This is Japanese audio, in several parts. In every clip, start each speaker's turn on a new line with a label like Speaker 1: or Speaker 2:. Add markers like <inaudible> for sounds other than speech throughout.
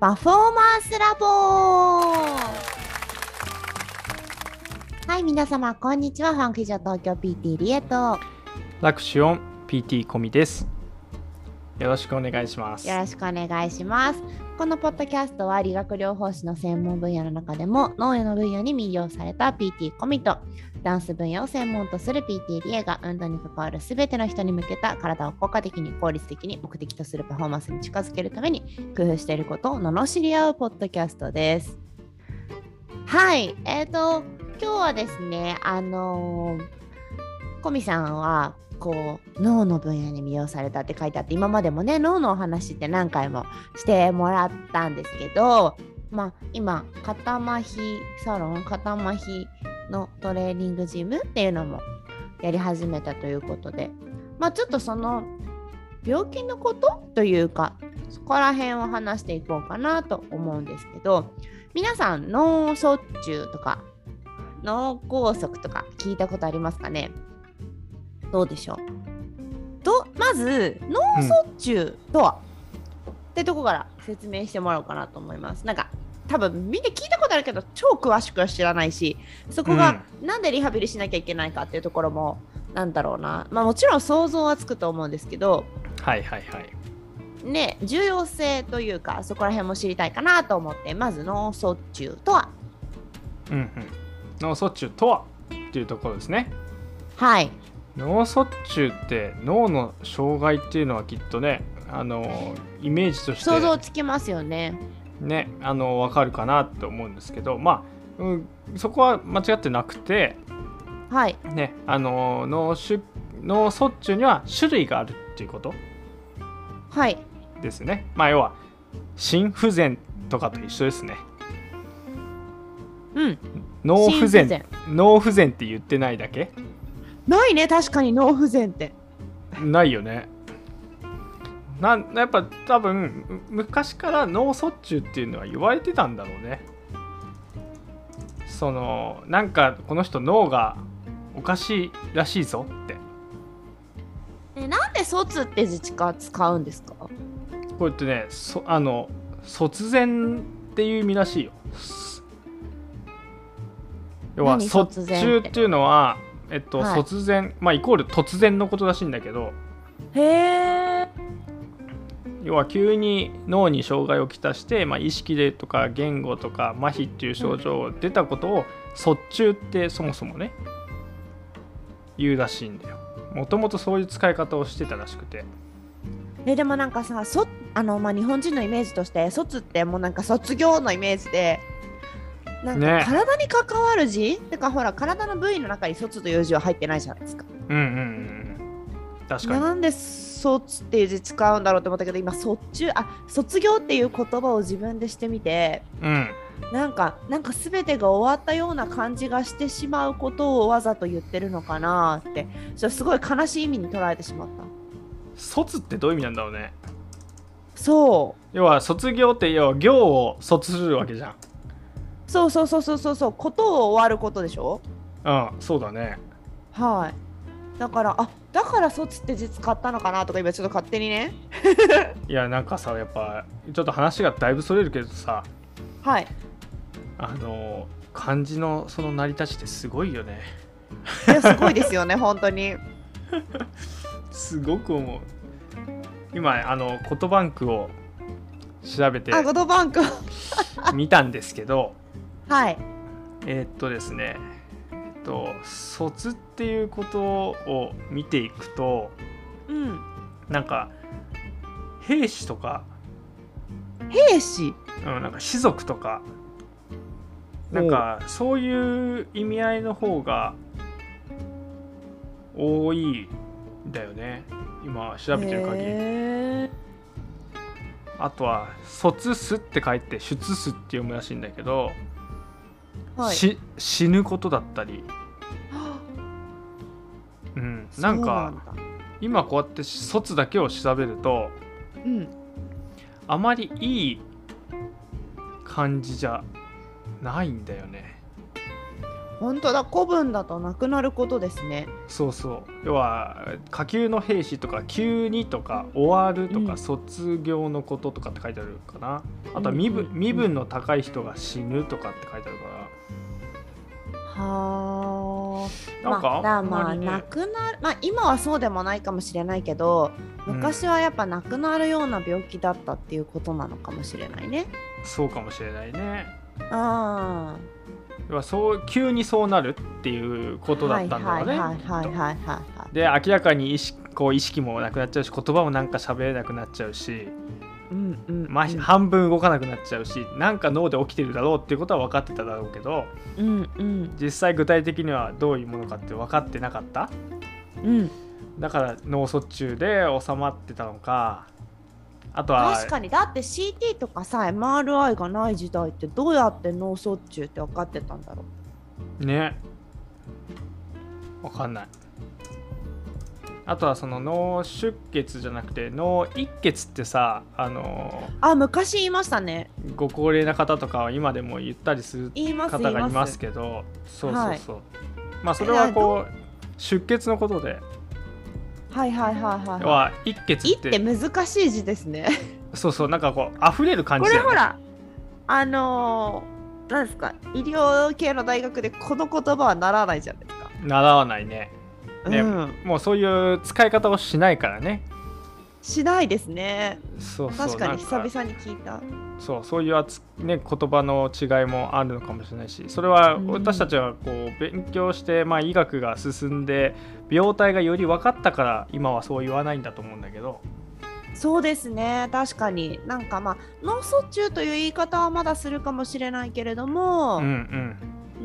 Speaker 1: パフォーマンスラボはい、皆様、こんにちは。ファンクジョ東京 PT リエと。
Speaker 2: ラクシオン PT コミです。よろしくお願いします。
Speaker 1: よろしくお願いします。このポッドキャストは理学療法士の専門分野の中でも農業の分野に魅了された PT コミとダンス分野を専門とする PT リエが運動に関わる全ての人に向けた体を効果的に効率的に目的とするパフォーマンスに近づけるために工夫していることを罵り合うポッドキャストです。はい、えーと今日はですねあのーコミさんはこう脳の分野に魅了されたって書いてあって今までもね脳のお話って何回もしてもらったんですけど、まあ、今肩麻痺サロン肩麻痺のトレーニングジムっていうのもやり始めたということで、まあ、ちょっとその病気のことというかそこら辺を話していこうかなと思うんですけど皆さん脳卒中とか脳梗塞とか聞いたことありますかねどうでしょうとまず脳卒中とは、ってとこから説明してもらおうかなと思います。なんか多分みんな聞いたことあるけど超詳しくは知らないしそこがなんでリハビリしなきゃいけないかっていうところも、なんだろうな、まあ、もちろん想像はつくと思うんですけど
Speaker 2: はいはいはい。
Speaker 1: ね重要性というかそこら辺も知りたいかなと思ってまず脳卒中とは
Speaker 2: うんうん。脳卒中とはっていうところですね。
Speaker 1: はい
Speaker 2: 脳卒中って脳の障害っていうのはきっとね、あのイメージとして
Speaker 1: 想像つきますよね。
Speaker 2: ねあのわかるかなと思うんですけど、まあ、うん、そこは間違ってなくて、
Speaker 1: はい
Speaker 2: ねあの脳し脳卒中には種類があるっていうこと
Speaker 1: はい
Speaker 2: ですよね。まあ要は心不全とかと一緒ですね。
Speaker 1: うん
Speaker 2: 脳不全
Speaker 1: 心
Speaker 2: 脳不全って言ってないだけ
Speaker 1: ないね確かに脳不全って
Speaker 2: ないよねなんやっぱ多分む昔から脳卒中っていうのは言われてたんだろうねそのなんかこの人脳がおかしいらしいぞって
Speaker 1: えなんで卒って字か使うんですか
Speaker 2: こうやってねそあの卒然っていう意味らしいよす要は
Speaker 1: 何
Speaker 2: 卒
Speaker 1: 卒然って
Speaker 2: 中っていうのはえっと、
Speaker 1: はい
Speaker 2: 卒然まあイコール突然のことらしいんだけど
Speaker 1: へえ
Speaker 2: 要は急に脳に障害をきたして、まあ、意識でとか言語とか麻痺っていう症状が出たことを卒中ってそもそもね言うらしいんだよもともとそういう使い方をしてたらしくて
Speaker 1: でもなんかさそあの、まあ、日本人のイメージとして卒ってもうなんか卒業のイメージでなんか
Speaker 2: ね
Speaker 1: 体に関わる字、だからほら体の部位の中に卒という字は入ってないじゃないですか
Speaker 2: うんうんうんうん確かに
Speaker 1: なんで卒っていう字使うんだろうと思ったけど今卒中あ卒業っていう言葉を自分でしてみて
Speaker 2: うん
Speaker 1: なんかなんか全てが終わったような感じがしてしまうことをわざと言ってるのかなってそれすごい悲しい意味に捉えてしまった
Speaker 2: 卒ってどういう意味なんだろうね
Speaker 1: そう
Speaker 2: 要は卒業って要は行を卒するわけじゃん
Speaker 1: そうそうそうそうそうそうことを終わることでしょ
Speaker 2: うんそうだね
Speaker 1: はいだからあだから卒って字使ったのかなとか今ちょっと勝手にね
Speaker 2: いやなんかさやっぱちょっと話がだいぶそれるけどさ
Speaker 1: はい
Speaker 2: あの漢字のその成り立ちってすごいよね
Speaker 1: いやすごいですよね本当に
Speaker 2: すごく思う今あの言葉ンクを調べて
Speaker 1: あゴドバンク
Speaker 2: 見たんですけど
Speaker 1: はい
Speaker 2: えーっとですねえっと卒っていうことを見ていくと
Speaker 1: うん
Speaker 2: なんか兵士とか、
Speaker 1: 兵士
Speaker 2: うん、なんか士族とかなんかそういう意味合いの方が多いんだよね今調べてる限り。
Speaker 1: へー
Speaker 2: あとは「卒す」って書いて「出す」って読むらしいんだけど、
Speaker 1: はい
Speaker 2: し死ぬことだったり、
Speaker 1: あ
Speaker 2: うん、なん
Speaker 1: そう
Speaker 2: か
Speaker 1: なんだ
Speaker 2: 今こうやって「卒」だけを調べると
Speaker 1: うん
Speaker 2: あまりいい感じじゃないんだよね。
Speaker 1: 本当だ古文だとなくなることですね
Speaker 2: そうそう要は下級の兵士とか急にとか終わるとか、
Speaker 1: うん
Speaker 2: 卒業のこととかって書いてあるかなあとは
Speaker 1: うん
Speaker 2: 身分,、
Speaker 1: うん
Speaker 2: 身分の高い人が死ぬとかって書いてあるから
Speaker 1: はあ
Speaker 2: なんか
Speaker 1: まあ、だから
Speaker 2: あん
Speaker 1: ま
Speaker 2: ま
Speaker 1: あ
Speaker 2: りね
Speaker 1: なくなるまあ今はそうでもないかもしれないけど
Speaker 2: うん
Speaker 1: 昔はやっぱなくなるような病気だったっていうことなのかもしれないね
Speaker 2: そうかもしれないね
Speaker 1: あ
Speaker 2: 要はそう急にそうなるっていうこ
Speaker 1: あ
Speaker 2: とだったんだろうね、
Speaker 1: はいはいはいはいはいはいはい
Speaker 2: で明らかに意識こう意識もなくなっちゃうし言葉もなんか喋れなくなっちゃうし、
Speaker 1: うんうん
Speaker 2: まあ、半分動かなくなっちゃうしなんか脳で起きてるだろうっていうことは分かってただろうけど
Speaker 1: うんうん
Speaker 2: 実際具体的にはどういうものかって分かってなかった
Speaker 1: うん
Speaker 2: だから脳卒中で収まってたのかあとは
Speaker 1: 確かにだって CT とかさ MRI がない時代ってどうやって脳卒中って分かってたんだろ
Speaker 2: ねわかんないあとはその脳出血じゃなくて脳一血ってさあの
Speaker 1: うあ昔言いましたね
Speaker 2: ご高齢な方とかは今でも言ったりする
Speaker 1: 言います
Speaker 2: 方
Speaker 1: 言い
Speaker 2: がいま
Speaker 1: ますす
Speaker 2: けどそうそ
Speaker 1: は
Speaker 2: う
Speaker 1: い
Speaker 2: そう、まあそれはこう出血のことで
Speaker 1: はいはいはいはい
Speaker 2: 要
Speaker 1: は
Speaker 2: は一血
Speaker 1: いい
Speaker 2: っ
Speaker 1: ってて難しい字ですね
Speaker 2: そうそうなんかこう溢れる感
Speaker 1: こ
Speaker 2: じだ
Speaker 1: れ
Speaker 2: よ
Speaker 1: ほ
Speaker 2: ね
Speaker 1: らあのー、なんですか医療系の大学でこの言葉はならないじゃないですか。
Speaker 2: 習わないねね
Speaker 1: うん、
Speaker 2: もうそういう使い方をしないからね
Speaker 1: しないですね。
Speaker 2: そうそう
Speaker 1: 確かに久
Speaker 2: なん
Speaker 1: 々に聞いた。
Speaker 2: そうそういうあつ、ね、言葉の違いもあるのかもしれないしそれは
Speaker 1: うん
Speaker 2: 私たちはこう勉強して、まあ、医学が進んで病態がより分かったから今はそう言わないんだと思うんだけど
Speaker 1: そうですね確かになんかまあ脳卒中という言い方はまだするかもしれないけれども、
Speaker 2: うんうん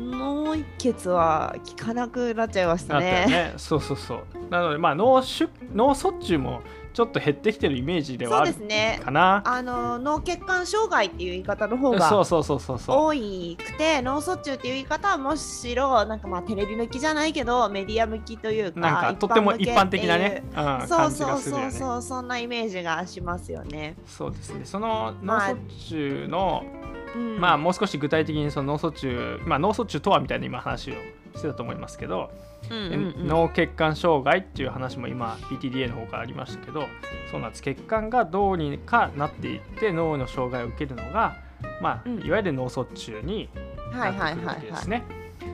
Speaker 1: 脳一血は効かなくなっちゃいまし
Speaker 2: な
Speaker 1: た
Speaker 2: った
Speaker 1: ね。
Speaker 2: よねそうそうそうなのでまあ脳出脳卒中もちょっと減ってきてるイメージで
Speaker 1: そ
Speaker 2: は
Speaker 1: う
Speaker 2: あ
Speaker 1: で
Speaker 2: る
Speaker 1: すね
Speaker 2: かな
Speaker 1: あの脳血管障害っていう言い方の方が
Speaker 2: そうそうそうそうそう
Speaker 1: 多いくて脳卒中っていう言い方はむしろなんかまあテレビ向きじゃないけどメディア向きというか
Speaker 2: なんかとっても一般的なね、
Speaker 1: 一
Speaker 2: うん、
Speaker 1: 般向
Speaker 2: 感
Speaker 1: けっていう
Speaker 2: じ
Speaker 1: そ
Speaker 2: が
Speaker 1: う
Speaker 2: す
Speaker 1: そうそう
Speaker 2: るよね
Speaker 1: そうそんなイメージがしますよね。
Speaker 2: そうですねその脳
Speaker 1: まあ
Speaker 2: 卒中の
Speaker 1: うん、
Speaker 2: まあもう少し具体的にその脳卒中、まあ、脳卒中とはみたいな今話をしてたと思いますけど、
Speaker 1: うんうんうん
Speaker 2: 脳血管障害っていう話も今 PTDA の方からありましたけどそうなんです血管がどうにかなっていって脳の障害を受けるのが、まあ
Speaker 1: うん
Speaker 2: いわゆる脳卒中に
Speaker 1: は
Speaker 2: ない
Speaker 1: は
Speaker 2: っ
Speaker 1: い
Speaker 2: てくるわ
Speaker 1: はい
Speaker 2: けで
Speaker 1: はい
Speaker 2: す。ね。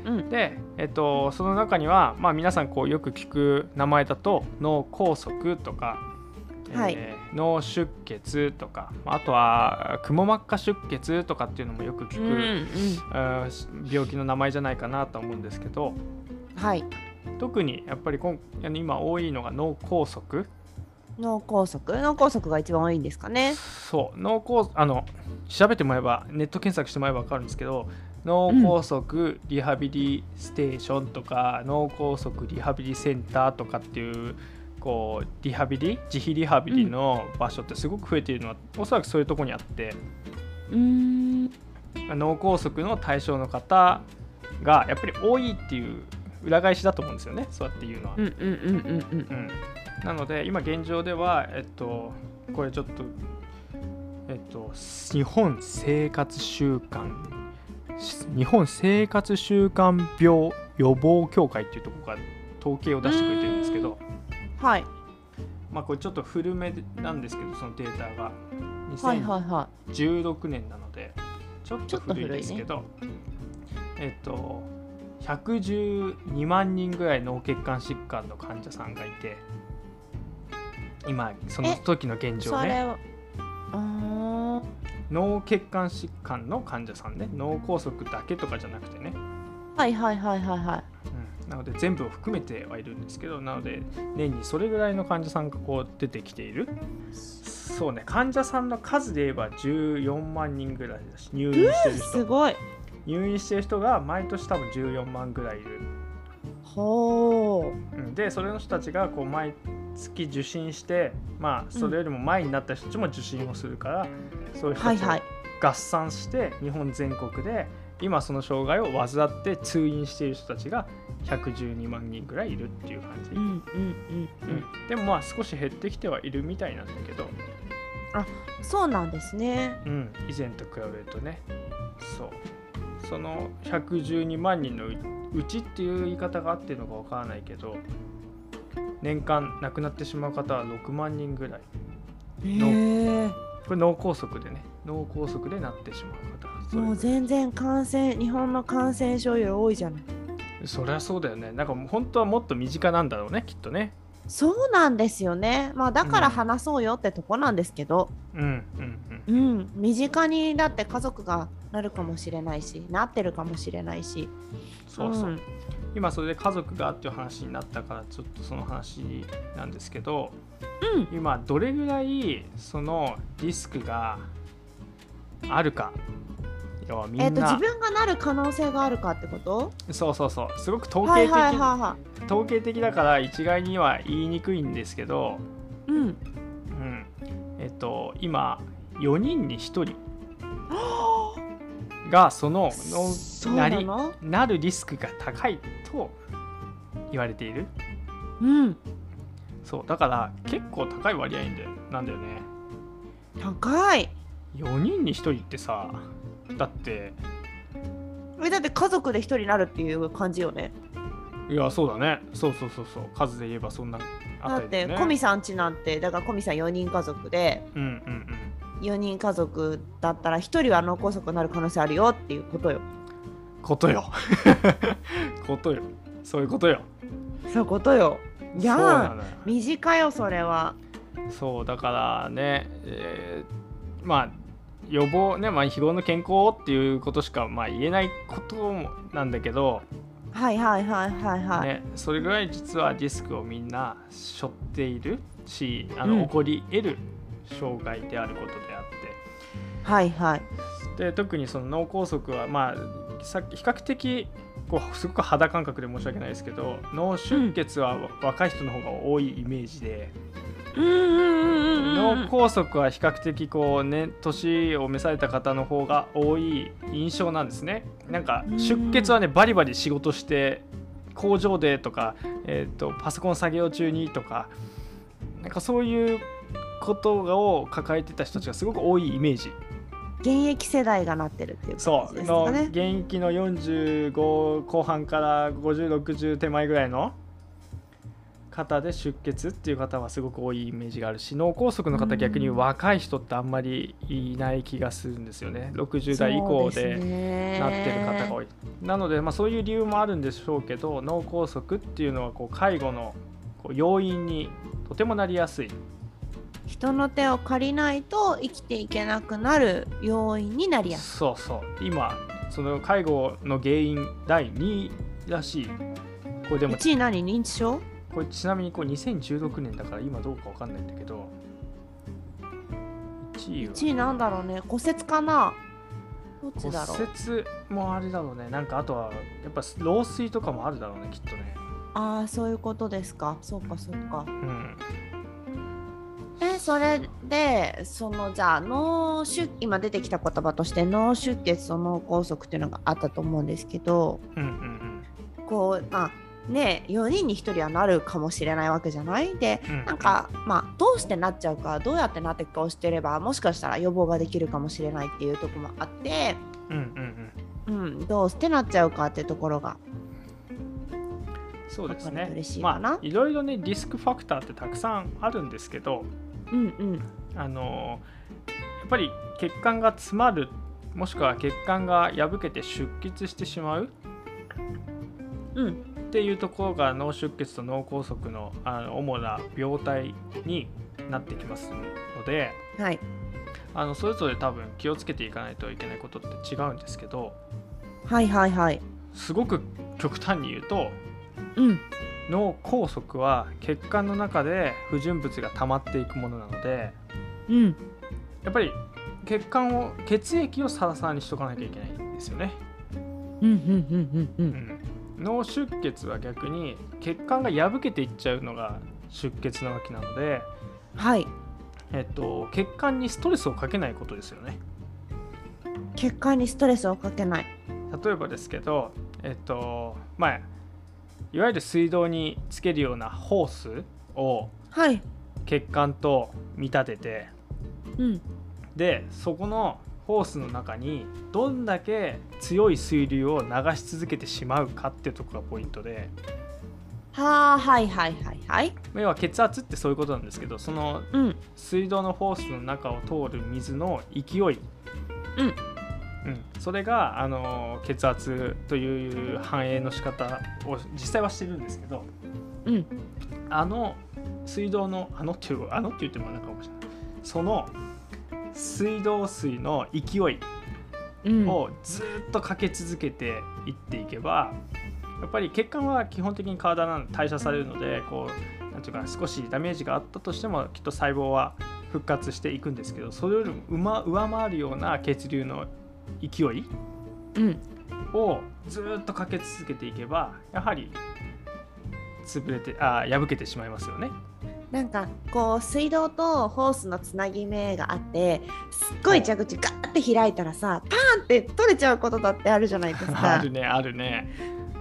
Speaker 1: うん
Speaker 2: で、えっと、その中には、まあ、皆さんこうよく聞く名前だと脳梗塞とか、
Speaker 1: はい
Speaker 2: えー脳出血とかまああとはくも膜下出血とかっていうのもよく聞く。
Speaker 1: うんうん
Speaker 2: あー病気の名前じゃないかなと思うんですけど
Speaker 1: はい
Speaker 2: 特にやっぱり今あの今多いのが脳梗塞
Speaker 1: 脳梗塞脳梗塞が一番多いんですかね。
Speaker 2: そう脳梗塞あの調べてもらえばネット検索してもらえば分かるんですけど脳梗塞リハビリステーションとか、脳梗塞リハビリセンターとかっていうこうリハビリ自費リハビリの場所ってすごく増えているのは、おそらくそういうとこにあって
Speaker 1: うーん
Speaker 2: 脳梗塞の対象の方がやっぱり多いっていう裏返しだと思うんですよねそうやって言うのは。
Speaker 1: うんうんうんうんうん
Speaker 2: うん、なので今現状ではえっとこれちょっとえっと日本生活習慣し日本生活習慣病予防協会っていうところが統計を出してくれてるんですけど
Speaker 1: はい
Speaker 2: まあこれちょっと古めなんですけどそのデータが
Speaker 1: はいはいは
Speaker 2: 2016年なのでちょっと古いですけど、えっと112万人ぐらい脳血管疾患の患者さんがいて今その時の現
Speaker 1: い。
Speaker 2: 状
Speaker 1: それ
Speaker 2: ね
Speaker 1: をうーん
Speaker 2: 脳血管疾患の患者さんね脳梗塞だけとかじゃなくてね、
Speaker 1: はいはいはいはいはい。
Speaker 2: うん、なので全部を含めてはいるんですけどなので年にそれぐらいの患者さんがこう出てきているそうね患者さんの数で言えば14万人ぐらいだし入院してる人
Speaker 1: すごい。
Speaker 2: 入院してる人が毎年多分14万ぐらいいる、
Speaker 1: ほう。
Speaker 2: うん、でそれの人たちがこう毎月受診してまあそれよりも前になった人たちも受診をするから、そういう人
Speaker 1: は
Speaker 2: た
Speaker 1: い
Speaker 2: ち
Speaker 1: はい
Speaker 2: を。合算して日本全国で今その障害を患って通院している人たちが112万人ぐらいいるっていう感じ、
Speaker 1: うんうんうんうん。
Speaker 2: でもまあ少し減ってきてはいるみたいなんだけど、
Speaker 1: そうなんですね。
Speaker 2: うん、以前と比べるとねそうその112万人のううちっていう言い方があってるのかわからないけど年間亡くなってしまう方は6万人ぐらいの
Speaker 1: へ
Speaker 2: これ脳梗塞でね脳梗塞でなってしまう方
Speaker 1: えもう全然感染日本の感染症より多いじゃない
Speaker 2: そりゃそうだよねなんかもう本当はもっと身近なんだろうねきっとね
Speaker 1: そうなんですよねまあだか
Speaker 2: う
Speaker 1: ら
Speaker 2: ん
Speaker 1: 話そうよってとこなんですけど
Speaker 2: うんうんうん
Speaker 1: うん、身近にだって家族がなるかもしれないしなってるかもしれないし
Speaker 2: そうそう、
Speaker 1: ん
Speaker 2: 今それで家族がっていう話になったからちょっとその話なんですけど、
Speaker 1: うん
Speaker 2: 今どれぐらいそのリスクがあるか要はみんな、
Speaker 1: えっ、と自分がなる可能性があるかってこと
Speaker 2: そうそうそうすごく統
Speaker 1: は
Speaker 2: 計
Speaker 1: い
Speaker 2: 的、
Speaker 1: はいはいはい
Speaker 2: 統計的だから一概には言いにくいんですけど、
Speaker 1: うん
Speaker 2: うんえっと今4人に1人がその
Speaker 1: そう
Speaker 2: な
Speaker 1: な
Speaker 2: り
Speaker 1: の
Speaker 2: なるリスクが高いと言われている
Speaker 1: うん
Speaker 2: そうだから結構高い割合でなんだよね
Speaker 1: 高い
Speaker 2: 4人に1人ってさだって
Speaker 1: えだって家族で一人になるっていう感じよね
Speaker 2: いやそうだねそうそうそうそう数で言えばそんな
Speaker 1: だ
Speaker 2: あ
Speaker 1: った
Speaker 2: りだ
Speaker 1: て
Speaker 2: よね
Speaker 1: コミさんちなんてだからコミさん4人家族で
Speaker 2: うんうん
Speaker 1: 4人家族だったら1人は脳梗塞になる可能性あるよっていうことよ
Speaker 2: うんことよ <laughs> ことよそういうことよ
Speaker 1: そういうことよやん
Speaker 2: そうなのよ
Speaker 1: 短いよそれは
Speaker 2: そうだからね、えーまあ予防ね、まあ、日頃の健康をっていうことしかまあ言えないこともなんだけど、
Speaker 1: はいはいはいはいはい、
Speaker 2: ね、それぐらい実はリスクをみんな背負っているしあ
Speaker 1: うん
Speaker 2: の起こり得る障害であることであっ
Speaker 1: はいはい
Speaker 2: て、で特にその脳梗塞は、まあ、さっき比較的こうすごく肌感覚で申し訳ないですけど脳出血は若い人の方が多いイメージで。
Speaker 1: うんうんうんうん
Speaker 2: 脳梗塞は比較的こうね年を召された方の方が多い印象なんですねなんか
Speaker 1: うん
Speaker 2: 出血はねバリバリ仕事して工場でとか、えー、とパソコン作業中にとかなんかそういうことを抱えてた人たちがすごく多いイメージ
Speaker 1: 現役世代がなってるっていう感
Speaker 2: そ
Speaker 1: じ
Speaker 2: う
Speaker 1: です
Speaker 2: の
Speaker 1: かね
Speaker 2: 現役の45後半から5060手前ぐらいの方で出血っていう方はすごく多いイメージがあるし脳梗塞の方逆に若い人ってあんまりいない気がするんですよね60代以降でなってる方が
Speaker 1: い
Speaker 2: 多い、なので、まあ、そういう理由もあるんでしょうけど脳梗塞っていうのはこう介護のこう要因にとてもなりやすい
Speaker 1: 人の手を借りないと生きていけなくなる要因になりやす
Speaker 2: そうそう今その介護の原因第2位らしいこれで
Speaker 1: い
Speaker 2: も
Speaker 1: 1位何認知症
Speaker 2: これちなみにこれ2016年だから今どうかわかんないんだけど1位は
Speaker 1: 1位なんだろうね骨折かなどっちだろう
Speaker 2: 骨折もあれだろうねなんかあとはやっぱ老衰とかもあるだろうねきっとね
Speaker 1: ああそういうことですかそうかそうか
Speaker 2: うん
Speaker 1: えそれでそのじゃあ脳出今出てきた言葉として脳出血と脳梗塞っていうのがあったと思うんですけど
Speaker 2: うんうん
Speaker 1: こうまあね4人に1人はなるかもしれないわけじゃないで
Speaker 2: うんうん
Speaker 1: なんかまあどうしてなっちゃうかどうやってなっていくかを知ってればもしかしたら予防ができるかもしれないっていうところもあって、
Speaker 2: うんうん
Speaker 1: うん、どうしてなっちゃうかっていうところが
Speaker 2: うんそうです
Speaker 1: わかる
Speaker 2: ね
Speaker 1: と嬉しいか
Speaker 2: ま
Speaker 1: な
Speaker 2: あいろいろねリスクファクターってたくさんあるんですけど
Speaker 1: うんうん
Speaker 2: あのやっぱり血管が詰まるもしくは血管が破けて出血してしまう
Speaker 1: うん
Speaker 2: っていうところが脳出血と脳梗塞のあの主な病態になってきますので
Speaker 1: はい
Speaker 2: あのそれぞれ多分気をつけていかないといけないことって違うんですけど
Speaker 1: はいはいはい
Speaker 2: すごく極端に言うと
Speaker 1: うん
Speaker 2: 脳梗塞は血管の中で不純物が溜まっていくものなので
Speaker 1: うん
Speaker 2: やっぱり血管を血液をサラサラにしとかなきゃいけないんですよね。
Speaker 1: うんうんうんうんう
Speaker 2: うんん脳出血は逆に血管が破けていっちゃうのが出血なわけなので
Speaker 1: はい
Speaker 2: えっと、血管にストレスをかけないことですよね。
Speaker 1: 血管にストレスをかけない
Speaker 2: 例えばですけど、えっとまあ、いわゆる水道につけるようなホースを
Speaker 1: はい
Speaker 2: 血管と見立てて
Speaker 1: うん
Speaker 2: でそこのホースの中にどんだけ強い水流を流し続けてしまうかってとこがポイントで
Speaker 1: はあはいはいはいはい。
Speaker 2: 要は血圧ってそういうことなんですけどその
Speaker 1: うん
Speaker 2: 水道のホースの中を通る水の勢い、うんそれが、あのー血圧という反映の仕方を実際はしてるんですけど
Speaker 1: うん
Speaker 2: あの水道のあのっていうあのって言ってもなんかおかしいなその水道水の勢い
Speaker 1: うん。
Speaker 2: をずっとかけ続けていっていけばやっぱり血管は基本的に体なん代謝されるのでこうなんていうか少しダメージがあったとしてもきっと細胞は復活していくんですけどそれよりもうま上回るような血流の勢い
Speaker 1: うん
Speaker 2: をずっとかけ続けていけばやはり潰れてあ破けてしまいますよね。
Speaker 1: なんかこう水道とホースのつなぎ目があってすっごい蛇口ガーって開いたらさパーンって取れちゃうことだってあるじゃないです
Speaker 2: <laughs> あ
Speaker 1: か
Speaker 2: るねあるね。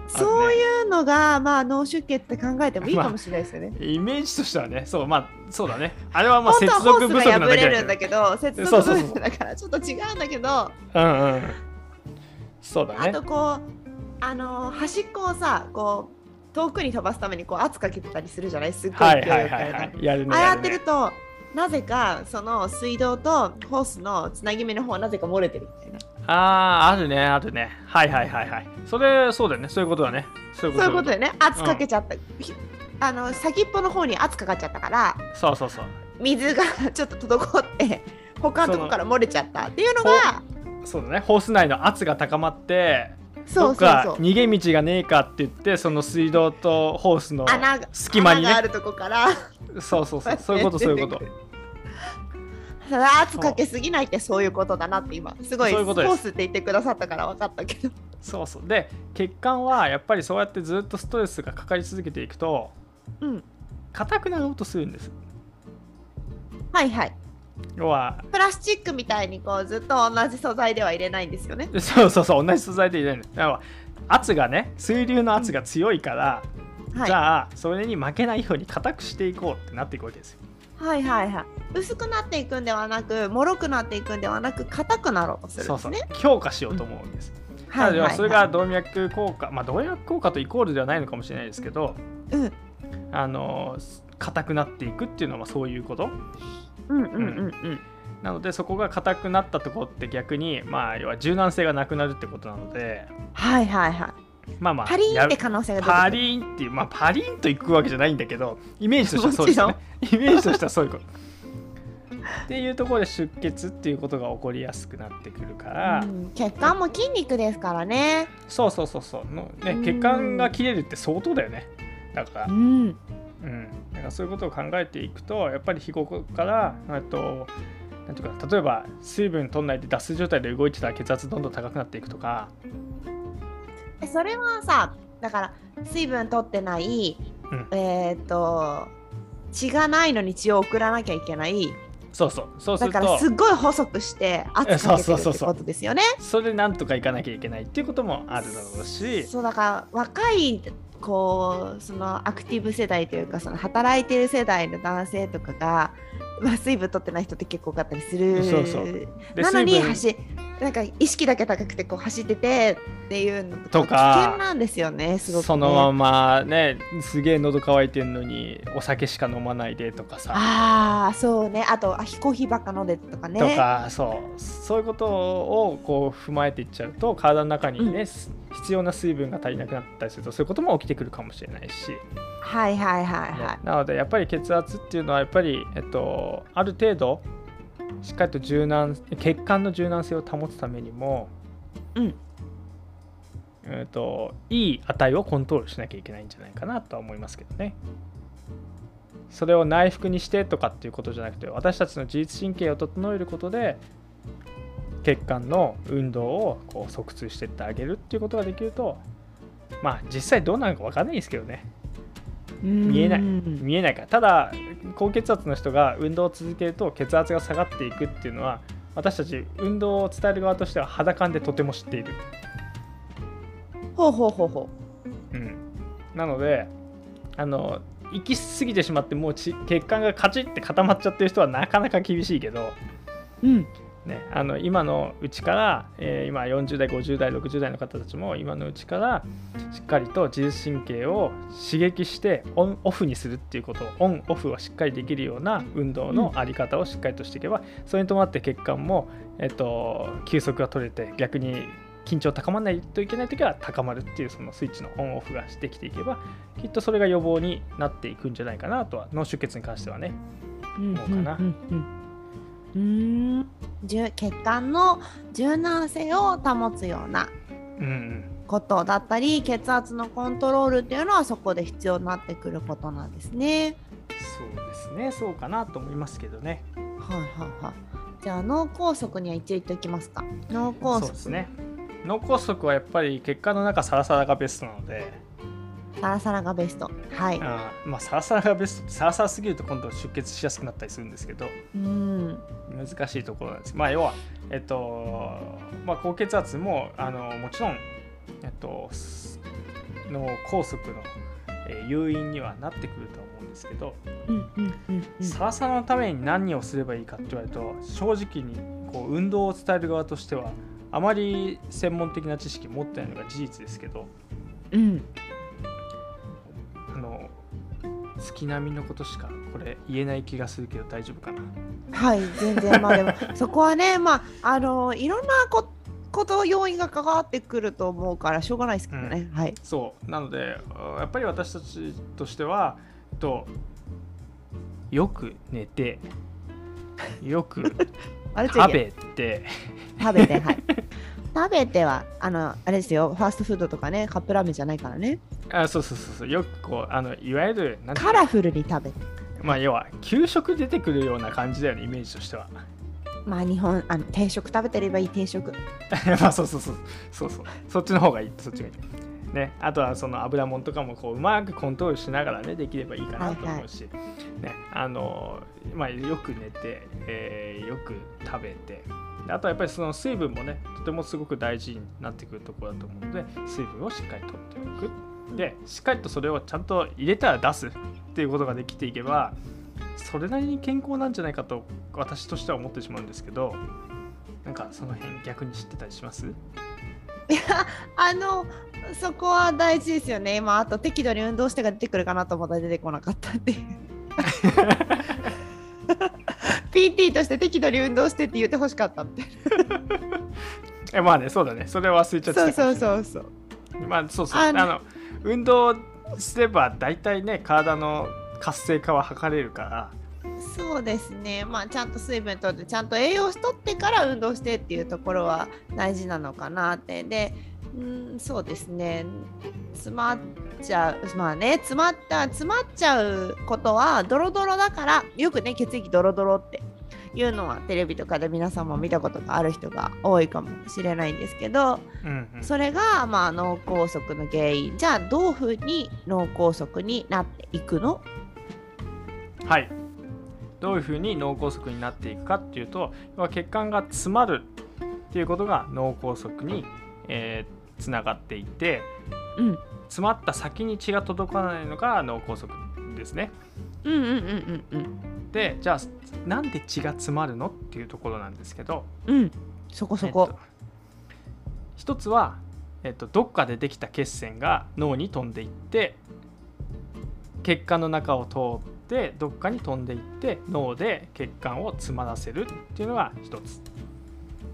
Speaker 1: そういうのがまあ脳出血って考えてもいいかもしれないですよね。
Speaker 2: イメージとしてはねそうまあそうだねあれはまあ接
Speaker 1: 本当はホ
Speaker 2: 続
Speaker 1: ー
Speaker 2: 不
Speaker 1: スが
Speaker 2: 足な
Speaker 1: 破
Speaker 2: だけ
Speaker 1: れ
Speaker 2: だけ
Speaker 1: る
Speaker 2: ど
Speaker 1: んだけど接
Speaker 2: そう
Speaker 1: 続
Speaker 2: そ
Speaker 1: 不
Speaker 2: うそう
Speaker 1: 足だからちょっと違うんだけど
Speaker 2: うんうん。そうだ
Speaker 1: あ
Speaker 2: ね。
Speaker 1: とこうあのー端っこをさこう遠くに飛ばすためにこう圧かけてたりするじゃないすっごい
Speaker 2: は
Speaker 1: 勢
Speaker 2: い
Speaker 1: いよく
Speaker 2: は
Speaker 1: や
Speaker 2: い
Speaker 1: るか
Speaker 2: はい
Speaker 1: ら
Speaker 2: はい。やるね。
Speaker 1: ああや
Speaker 2: る
Speaker 1: って
Speaker 2: ね
Speaker 1: るとなぜかその水道とホースのつなぎ目の方はなぜか漏れてるみたいな
Speaker 2: あーあるねあるね。はいはいはいはい。それそうだよねそういうことだね。そういうこ
Speaker 1: そう
Speaker 2: と
Speaker 1: いうことだよね圧かけちゃった、ひあの先っぽの方に圧かかっちゃったから
Speaker 2: そうそうそう。
Speaker 1: 水がちょっと滞って他のとこから漏れちゃったっていうの
Speaker 2: そ
Speaker 1: が
Speaker 2: そうだね。ホース内の圧が高まって。
Speaker 1: そ
Speaker 2: ど
Speaker 1: うそう
Speaker 2: っか
Speaker 1: そう
Speaker 2: 逃げ道がねえかって言ってその水道とホースの
Speaker 1: 穴が
Speaker 2: 隙間に
Speaker 1: 穴が
Speaker 2: ね
Speaker 1: あるとこから
Speaker 2: そうそ
Speaker 1: <laughs>
Speaker 2: うそう <laughs> そういうことそういうこと
Speaker 1: ただ圧かけすぎないってそういうことだなって今すごい
Speaker 2: そう
Speaker 1: ホ
Speaker 2: いうことです
Speaker 1: ースって言ってくださったから分かったけど <laughs>
Speaker 2: そうそうで血管はやっぱりそうやってずっとストレスがかかり続けていくと
Speaker 1: うん
Speaker 2: 硬くなろうとするんです
Speaker 1: はいはい
Speaker 2: 要は
Speaker 1: プラスチックみたいにこうずっと同じ素材では入れないんですよね
Speaker 2: そうそうそう同じ素材で入れるのだから圧がね水流の圧が強いから、
Speaker 1: はい
Speaker 2: じゃあそれに負けないように硬くしていこうってなっていくわけですよ
Speaker 1: はいはいはい薄くなっていくんではなくもろくなっていくんではなく硬くなろうとするん
Speaker 2: そう
Speaker 1: です
Speaker 2: そう
Speaker 1: ね
Speaker 2: 強化しようと思うんです、
Speaker 1: はいはい
Speaker 2: た
Speaker 1: は
Speaker 2: だ
Speaker 1: い
Speaker 2: それが動脈硬化まあ動脈硬化とイコールではないのかもしれないですけど
Speaker 1: うん
Speaker 2: あの硬くなっていくっていうのはそういうこと
Speaker 1: うんうんうんうん
Speaker 2: なのでそこが硬くなったところって逆にまあ要は柔軟性がなくなるってことなので
Speaker 1: はいはいはい
Speaker 2: まあまあ
Speaker 1: パリーン
Speaker 2: や
Speaker 1: って可能性が出てくる
Speaker 2: パリーンっていうまあパリーンといくわけじゃないんだけどイメージとしてはそうですよね
Speaker 1: も
Speaker 2: イメージとしてはそういうことっていうところで出血っていうことが起こりやすくなってくるから、
Speaker 1: うん血管も筋肉ですからね
Speaker 2: そうそうそうそうの、ね
Speaker 1: う、ん
Speaker 2: 血管が切れるって相当だよねだから,、
Speaker 1: ん
Speaker 2: うん、だからそういうことを考えていくとやっぱり日頃からえっとなんていうか例えば水分取んないで脱水状態で動いてたら血圧どんどん高くなっていくとか、
Speaker 1: えそれはさだから水分取ってない、
Speaker 2: うん
Speaker 1: えーっと血がないのに血を送らなきゃいけない
Speaker 2: そうそうそうす
Speaker 1: だ
Speaker 2: る
Speaker 1: から
Speaker 2: と
Speaker 1: すっごい細くして
Speaker 2: え
Speaker 1: 圧
Speaker 2: そう
Speaker 1: かけて
Speaker 2: そう
Speaker 1: るっ
Speaker 2: そうそう
Speaker 1: てことですよね。
Speaker 2: それでなんとかいかなきゃいけないっていうこともあるだろうし
Speaker 1: そうだから若いこうそのアクティブ世代というかその働いてる世代の男性とかが、まあ、水分取ってない人って結構多かったりする
Speaker 2: そうそうで
Speaker 1: なのに
Speaker 2: 水分
Speaker 1: 走なんか意識だけ高くてこう走っててっていうの
Speaker 2: とか
Speaker 1: 危険なんですよねすごく、ね、
Speaker 2: そのままねすげえ喉乾いてんのにお酒しか飲まないでとかさ、
Speaker 1: ああそうねあとあ飛行機ばっか飲んでたとかね
Speaker 2: とかそうそういうことをこう踏まえていっちゃうと体の中にね、す必要な水分が足りなくなったりするとそういうことも起きてくるかもしれないし、
Speaker 1: はいはいはいはい、
Speaker 2: なのでやっぱり血圧っていうのはやっぱり、えっと、ある程度しっかりと柔軟血管の柔軟性を保つためにも、
Speaker 1: うん
Speaker 2: えっといい値をコントロールしなきゃいけないんじゃないかなとは思いますけどね。それを内服にしてとかっていうことじゃなくて私たちの自律神経を整えることで血管の運動をこう促通してってあげるっていうことができるとまあ実際どうなるか分かんないですけどね見えない
Speaker 1: うん
Speaker 2: 見えないからただ高血圧の人が運動を続けると血圧が下がっていくっていうのは私たち運動を伝える側としては肌感でとても知っている、
Speaker 1: ほうほうほうほ
Speaker 2: うん、なのであの行き過ぎてしまってもう血血管がカチッて固まっちゃってる人はなかなか厳しいけど
Speaker 1: ううん
Speaker 2: ね、あの今のうちから、えー今40代50代60代の方たちも今のうちからしっかりと自律神経を刺激してオンオフにするっていうことをオンオフをしっかりできるような運動のあり方をしっかりとしていけば、それに伴って血管も、えっと休息が取れて逆に緊張高まらないといけない時は高まるっていうそのスイッチのオンオフができていけばきっとそれが予防になっていくんじゃないかなとは脳出血に関してはね
Speaker 1: うん
Speaker 2: 思うかな
Speaker 1: うんうんうんうーんじゅ血管の柔軟性を保つような
Speaker 2: うん
Speaker 1: ことだったり血圧のコントロールっていうのはそこで必要になってくることなんですね。
Speaker 2: そうですねそうかなと思いますけどね
Speaker 1: はいはいはい。じゃあ脳梗塞には一応言っておきますか。脳梗
Speaker 2: そう
Speaker 1: 塞
Speaker 2: ですね脳梗塞はやっぱり血管の中サラサラがベストなので、
Speaker 1: サラサラがベスト。はい。
Speaker 2: うんまあサラサラがベストサラサラすぎると今度出血しやすくなったりするんですけど
Speaker 1: うん。
Speaker 2: 難しいところなんですまあ要はえっとまあ高血圧もあのもちろんえっとす脳梗塞の、えー誘因にはなってくると思うんですけど、
Speaker 1: うんうんうん
Speaker 2: サラサラのために何をすればいいかって言われると正直にこう運動を伝える側としてはあまり専門的な知識持ってないのが事実ですけど
Speaker 1: うん。
Speaker 2: あの月並みのことしかこれ言えない気がするけど大丈夫かな
Speaker 1: はい全然まあでも <laughs> そこはねまああのいろんなここと要因が関わってくると思うからしょうがないですけどね。はい。
Speaker 2: そうなのであやっぱり私たちとしてはえっとよく寝 <laughs> てよく
Speaker 1: あれ
Speaker 2: 食べて
Speaker 1: 食べてはい。 <laughs> 食べてはあのあれですよファーストフードとかねカップラーメンじゃないからね
Speaker 2: あそうそうそうそうよくこうあのいわゆるなんていう
Speaker 1: カ
Speaker 2: の
Speaker 1: ラフルに食べて
Speaker 2: まあ要は給食出てくるような感じだよねイメージとしては。
Speaker 1: まあ日本あの定食食べてればいい定食
Speaker 2: <laughs> まあそうそうそうそうそうそっちの方がいいそっちがいいねあとはその油もんとかもこううまくコントロールしながらねできればいいかなと思うし、ねあのまあよく寝て、えーよく食べてであとはやっぱりその水分もねとてもすごく大事になってくるところだと思うので水分をしっかりとっておくでしっかりとそれをちゃんと入れたら出すっていうことができていけばそれなりに健康なんじゃないかと私としては思ってしまうんですけどなんかその辺逆に知ってたりします
Speaker 1: あのそこは大事ですよね今あと適度に運動してが出てくるかなと思ったら出てこなかったっていう
Speaker 2: <laughs>
Speaker 1: <laughs> PT として適度に運動してって言ってほしかったって
Speaker 2: えまあねそうだねそれは忘れちゃって
Speaker 1: そう
Speaker 2: たか
Speaker 1: そ
Speaker 2: も
Speaker 1: う
Speaker 2: しれない
Speaker 1: そうそう
Speaker 2: まあそうそうあ
Speaker 1: あ
Speaker 2: の
Speaker 1: の
Speaker 2: 運動すれば大体ね体の活性化は図れるから
Speaker 1: そうですねまあちゃんと水分とってちゃんと栄養しとってから運動してっていうところは大事なのかなってでうんそうですね詰まっちゃうまあね詰まった詰まっちゃうことはドロドロだからよくね血液ドロドロっていうのはテレビとかで皆さんも見たことがある人が多いかもしれないんですけど
Speaker 2: うんうん
Speaker 1: それがまあ脳梗塞の原因じゃあどういうふうに脳梗塞になっていくの
Speaker 2: はいどういうふうに脳梗塞になっていくかっていうと要は血管が詰まるっていうことが脳梗塞に、えーつながっていて
Speaker 1: うん
Speaker 2: 詰まった先に血が届かないのが脳梗塞ですね
Speaker 1: うんうんうんうんうん
Speaker 2: でじゃあなんで血が詰まるのっていうところなんですけど
Speaker 1: うん、そこそこ
Speaker 2: えっ。と一つは、えっと、どっかでできた血栓が脳に飛んでいって血管の中を通ってどっかに飛んでいって脳で血管を詰まらせるっていうのが一つ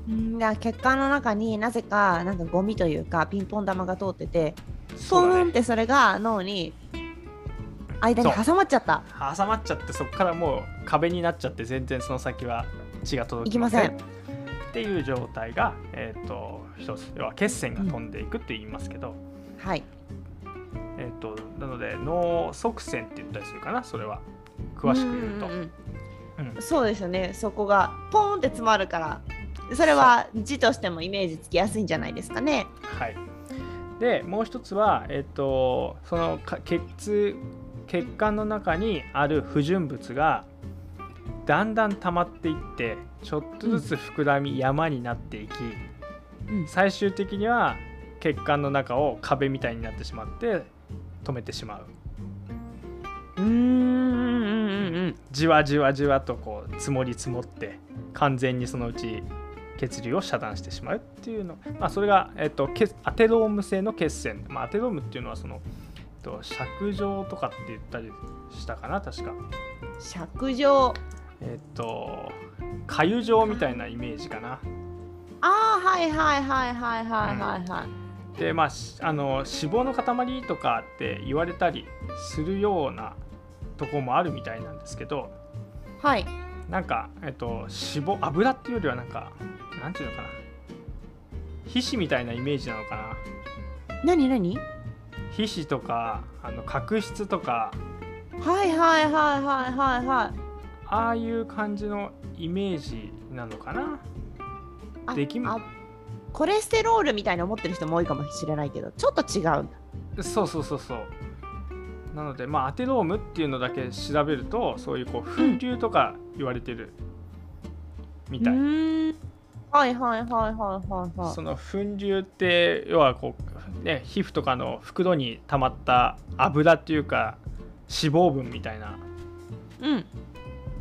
Speaker 1: うんだから血管の中になぜかなんかゴミというかピンポン玉が通ってて、ポ
Speaker 2: そうだ
Speaker 1: ーンっ
Speaker 2: ね
Speaker 1: てそれが脳に間に挟まっちゃった。
Speaker 2: 挟まっちゃってそこからもう壁になっちゃって全然その先は血が届きません
Speaker 1: 行き
Speaker 2: っていう状態が、えっと一つ要は血栓が飛んでいくって言いますけど、
Speaker 1: はい。
Speaker 2: えっとなので脳側栓って言ったりするかなそれは詳しく言うと。
Speaker 1: んんうん
Speaker 2: うん
Speaker 1: そうですよね。そこがポーンって詰まるから、それは字としてもイメージつきやすいんじゃないですかね。
Speaker 2: はい、でもう一つは、えっと、そのか血血管の中にある不純物がだんだん溜まっていってちょっとずつ膨らみ山になっていき、
Speaker 1: うん
Speaker 2: 最終的には血管の中を壁みたいになってしまって止めてしまう
Speaker 1: うんうんうんうんうん。
Speaker 2: じわじわじわとこう積もり積もって完全にそのうち血流を遮断してしまうっていうの、まあ、それが、えっと、血アテローム性の血栓、まあ、アテロームっていうのはその、えっと、尺状とかって言ったりしたかな確か
Speaker 1: 尺状
Speaker 2: えっとかゆ状みたいなイメージか
Speaker 1: あ
Speaker 2: な
Speaker 1: あはいはいはいはいはいはいはい、
Speaker 2: でまあしあの脂肪の塊とかって言われたりするようなとこもあるみたいなんですけど
Speaker 1: はい
Speaker 2: なんか、えっと、脂肪油っていうよりはなんかなんていうのかな皮脂みたいなイメージなのかな
Speaker 1: 何何
Speaker 2: 皮脂とかあの角質とか
Speaker 1: はいはいはいはいはいはい
Speaker 2: ああいう感じのイメージなのかな
Speaker 1: あ
Speaker 2: できま
Speaker 1: あコレステロールみたいな思ってる人も多いかもしれないけどちょっと違うんだ
Speaker 2: そうそうそうそうなのでまあアテロームっていうのだけ調べるとそういうこう風流とか言われてるみ
Speaker 1: う
Speaker 2: たい、
Speaker 1: ーんはいはいはいはいはいはい
Speaker 2: その粉瘤って要はこう、ね、皮膚とかの袋に溜まった油っていうか脂肪分みたいな
Speaker 1: う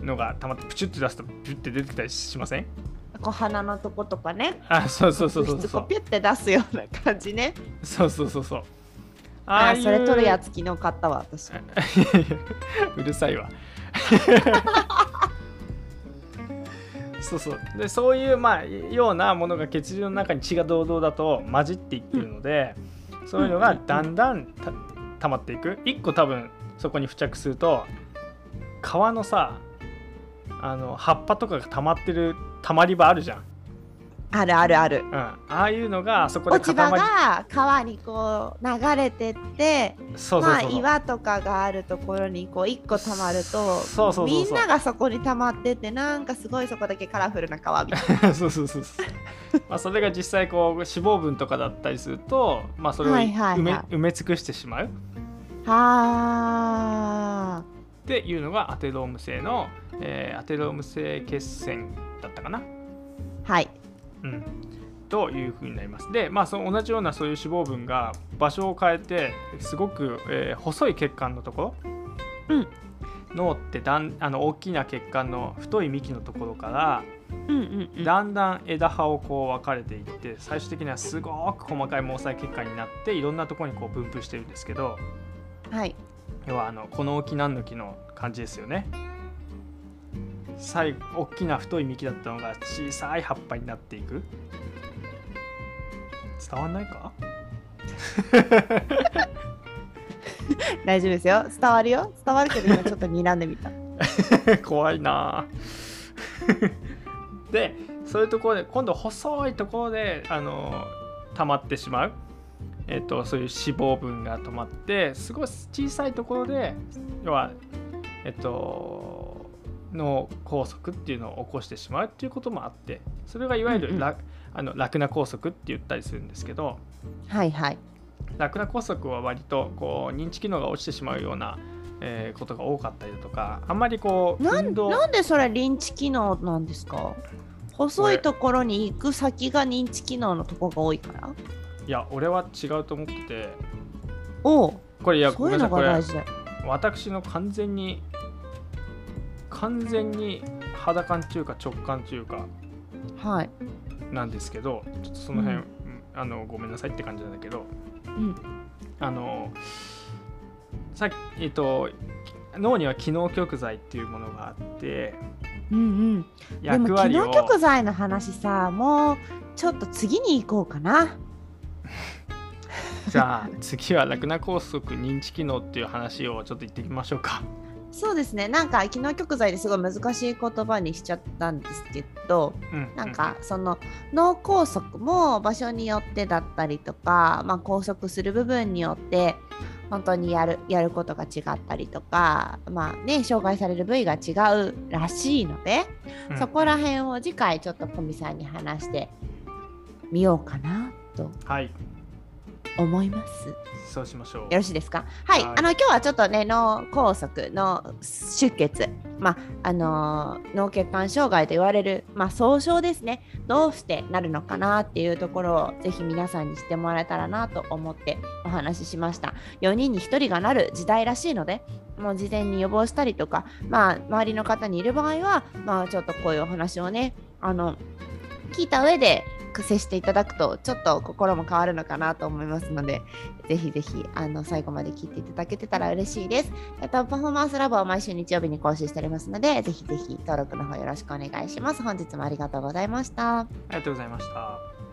Speaker 1: ん
Speaker 2: のが溜まってプチュって出すとピュって出てきたりしません
Speaker 1: こう鼻のとことかね
Speaker 2: あそうそうそうそう
Speaker 1: 物質
Speaker 2: そ
Speaker 1: こう
Speaker 2: う
Speaker 1: ピュって出すような感じね
Speaker 2: そうそうそうそう
Speaker 1: あ
Speaker 2: ああ
Speaker 1: あ
Speaker 2: いう
Speaker 1: それ取るやつ昨日買ったわ私
Speaker 2: いやいやう <laughs> るさいわ <laughs> そうそうでそういう、まあ、ようなものが血流の中に血が堂々だと混じっていってるので、そういうのがだんだんた溜まっていく一個多分そこに付着すると皮のさあの葉っぱとかが溜まってる溜まり場あるじゃん、
Speaker 1: あるあるある
Speaker 2: うん、ああいうのがそこで
Speaker 1: 落ち
Speaker 2: 固
Speaker 1: 葉
Speaker 2: まり
Speaker 1: が川にこう流れてって
Speaker 2: そうそう
Speaker 1: ま
Speaker 2: そう
Speaker 1: あ
Speaker 2: そう、
Speaker 1: 岩とかがあるところにこう一個溜まると
Speaker 2: そうそうそうそう
Speaker 1: みんながそこに溜まっててなんかすごいそこだけカラフルな川みたい
Speaker 2: <laughs> そうそうそうそう。まあそれが実際こう脂肪分とかだったりすると、まあそれを
Speaker 1: は
Speaker 2: 埋
Speaker 1: いはいはい
Speaker 2: め埋め尽くしてしまうっ
Speaker 1: な。はあ
Speaker 2: ていうのがアテローム性の、えーアテローム性血栓だったかな。
Speaker 1: はい
Speaker 2: うん。というふうになります。で、まあその同じようなそういう脂肪分が場所を変えてすごく、えー細い血管のところ。
Speaker 1: うん
Speaker 2: 脳ってだんあの大きな血管の太い幹のところから
Speaker 1: うんうんうん
Speaker 2: だんだん枝葉をこう分かれていって最終的にはすごく細かい毛細血管になっていろんなところにこう分布してるんですけど
Speaker 1: はい
Speaker 2: 要はあのこの大きなの木の感じですよね。最後大きな太い幹だったのが小さい葉っぱになっていく伝わんないか
Speaker 1: 大丈夫ですよ伝わるよ伝わるけど今ちょっと睨んでみた <laughs>
Speaker 2: 怖いな <laughs> あでそういうところで今度細いところであの溜まってしまう、えっとそういう脂肪分が溜まってすごい小さいところで要はえっと脳梗塞っていうのを起こしてしまうっていうこともあってそれがいわゆ
Speaker 1: うんう
Speaker 2: る
Speaker 1: ん
Speaker 2: ら、あの楽な梗塞って言ったりするんですけど
Speaker 1: はいはい
Speaker 2: 楽な梗塞は割とこう認知機能が落ちてしまうような、えーことが多かったりだとかあんまりこう
Speaker 1: なん
Speaker 2: 運動
Speaker 1: なんでそれ認知機能なんですか細いところに行く先が認知機能のとこが多いから
Speaker 2: いや俺は違うと思ってて
Speaker 1: おう
Speaker 2: これいや
Speaker 1: そ
Speaker 2: ご
Speaker 1: うい
Speaker 2: め
Speaker 1: うん
Speaker 2: な
Speaker 1: の
Speaker 2: さいこ
Speaker 1: が大
Speaker 2: れ
Speaker 1: 事だよ
Speaker 2: 私の完全に完全に肌感中か直感中か
Speaker 1: はい
Speaker 2: なんですけどちょっとその
Speaker 1: う
Speaker 2: 辺、
Speaker 1: ん
Speaker 2: うんあのごめんなさいって感じなんだけど、
Speaker 1: ん
Speaker 2: あのさっきえっと脳には機能局剤っていうものがあって
Speaker 1: うんうんで
Speaker 2: 役
Speaker 1: も機
Speaker 2: 割を
Speaker 1: 能局剤の話さもうちょっと次に行こうかな
Speaker 2: じゃあ次は楽な拘束認知機能っていう話をちょっと言ってみましょうか。
Speaker 1: そうですねなんか機能局剤ですごい難しい言葉にしちゃったんですけど
Speaker 2: うん、
Speaker 1: なんかその脳梗塞も場所によってだったりとか、まあ、拘束する部分によって本当にやるやることが違ったりとか、まあね、障害される部位が違うらしいので、
Speaker 2: うん
Speaker 1: そこら辺を次回ちょっと小見さんに話してみようかなと
Speaker 2: はい
Speaker 1: 思います。
Speaker 2: そうしましょう
Speaker 1: よろ。しいですかはい、
Speaker 2: はい
Speaker 1: あの今日はちょっとね脳梗塞脳出血まああのー脳血管障害と言われるまあ総称ですねどうしてなるのかなっていうところをぜひ皆さんにしてもらえたらなと思ってお話ししました4人に1人がなる時代らしいのでもう事前に予防したりとかまあ周りの方にいる場合はまあちょっとこういうお話をねあの聞いた上で接していただくとちょっと心も変わるのかなと思いますのでぜひぜひあの最後まで聞いていただけてたら嬉しいですえっとパフォーマンスラボは毎週日曜日に更新しておりますのでぜひぜひ登録の方よろしくお願いします本日もありがとうございました
Speaker 2: ありがとうございました。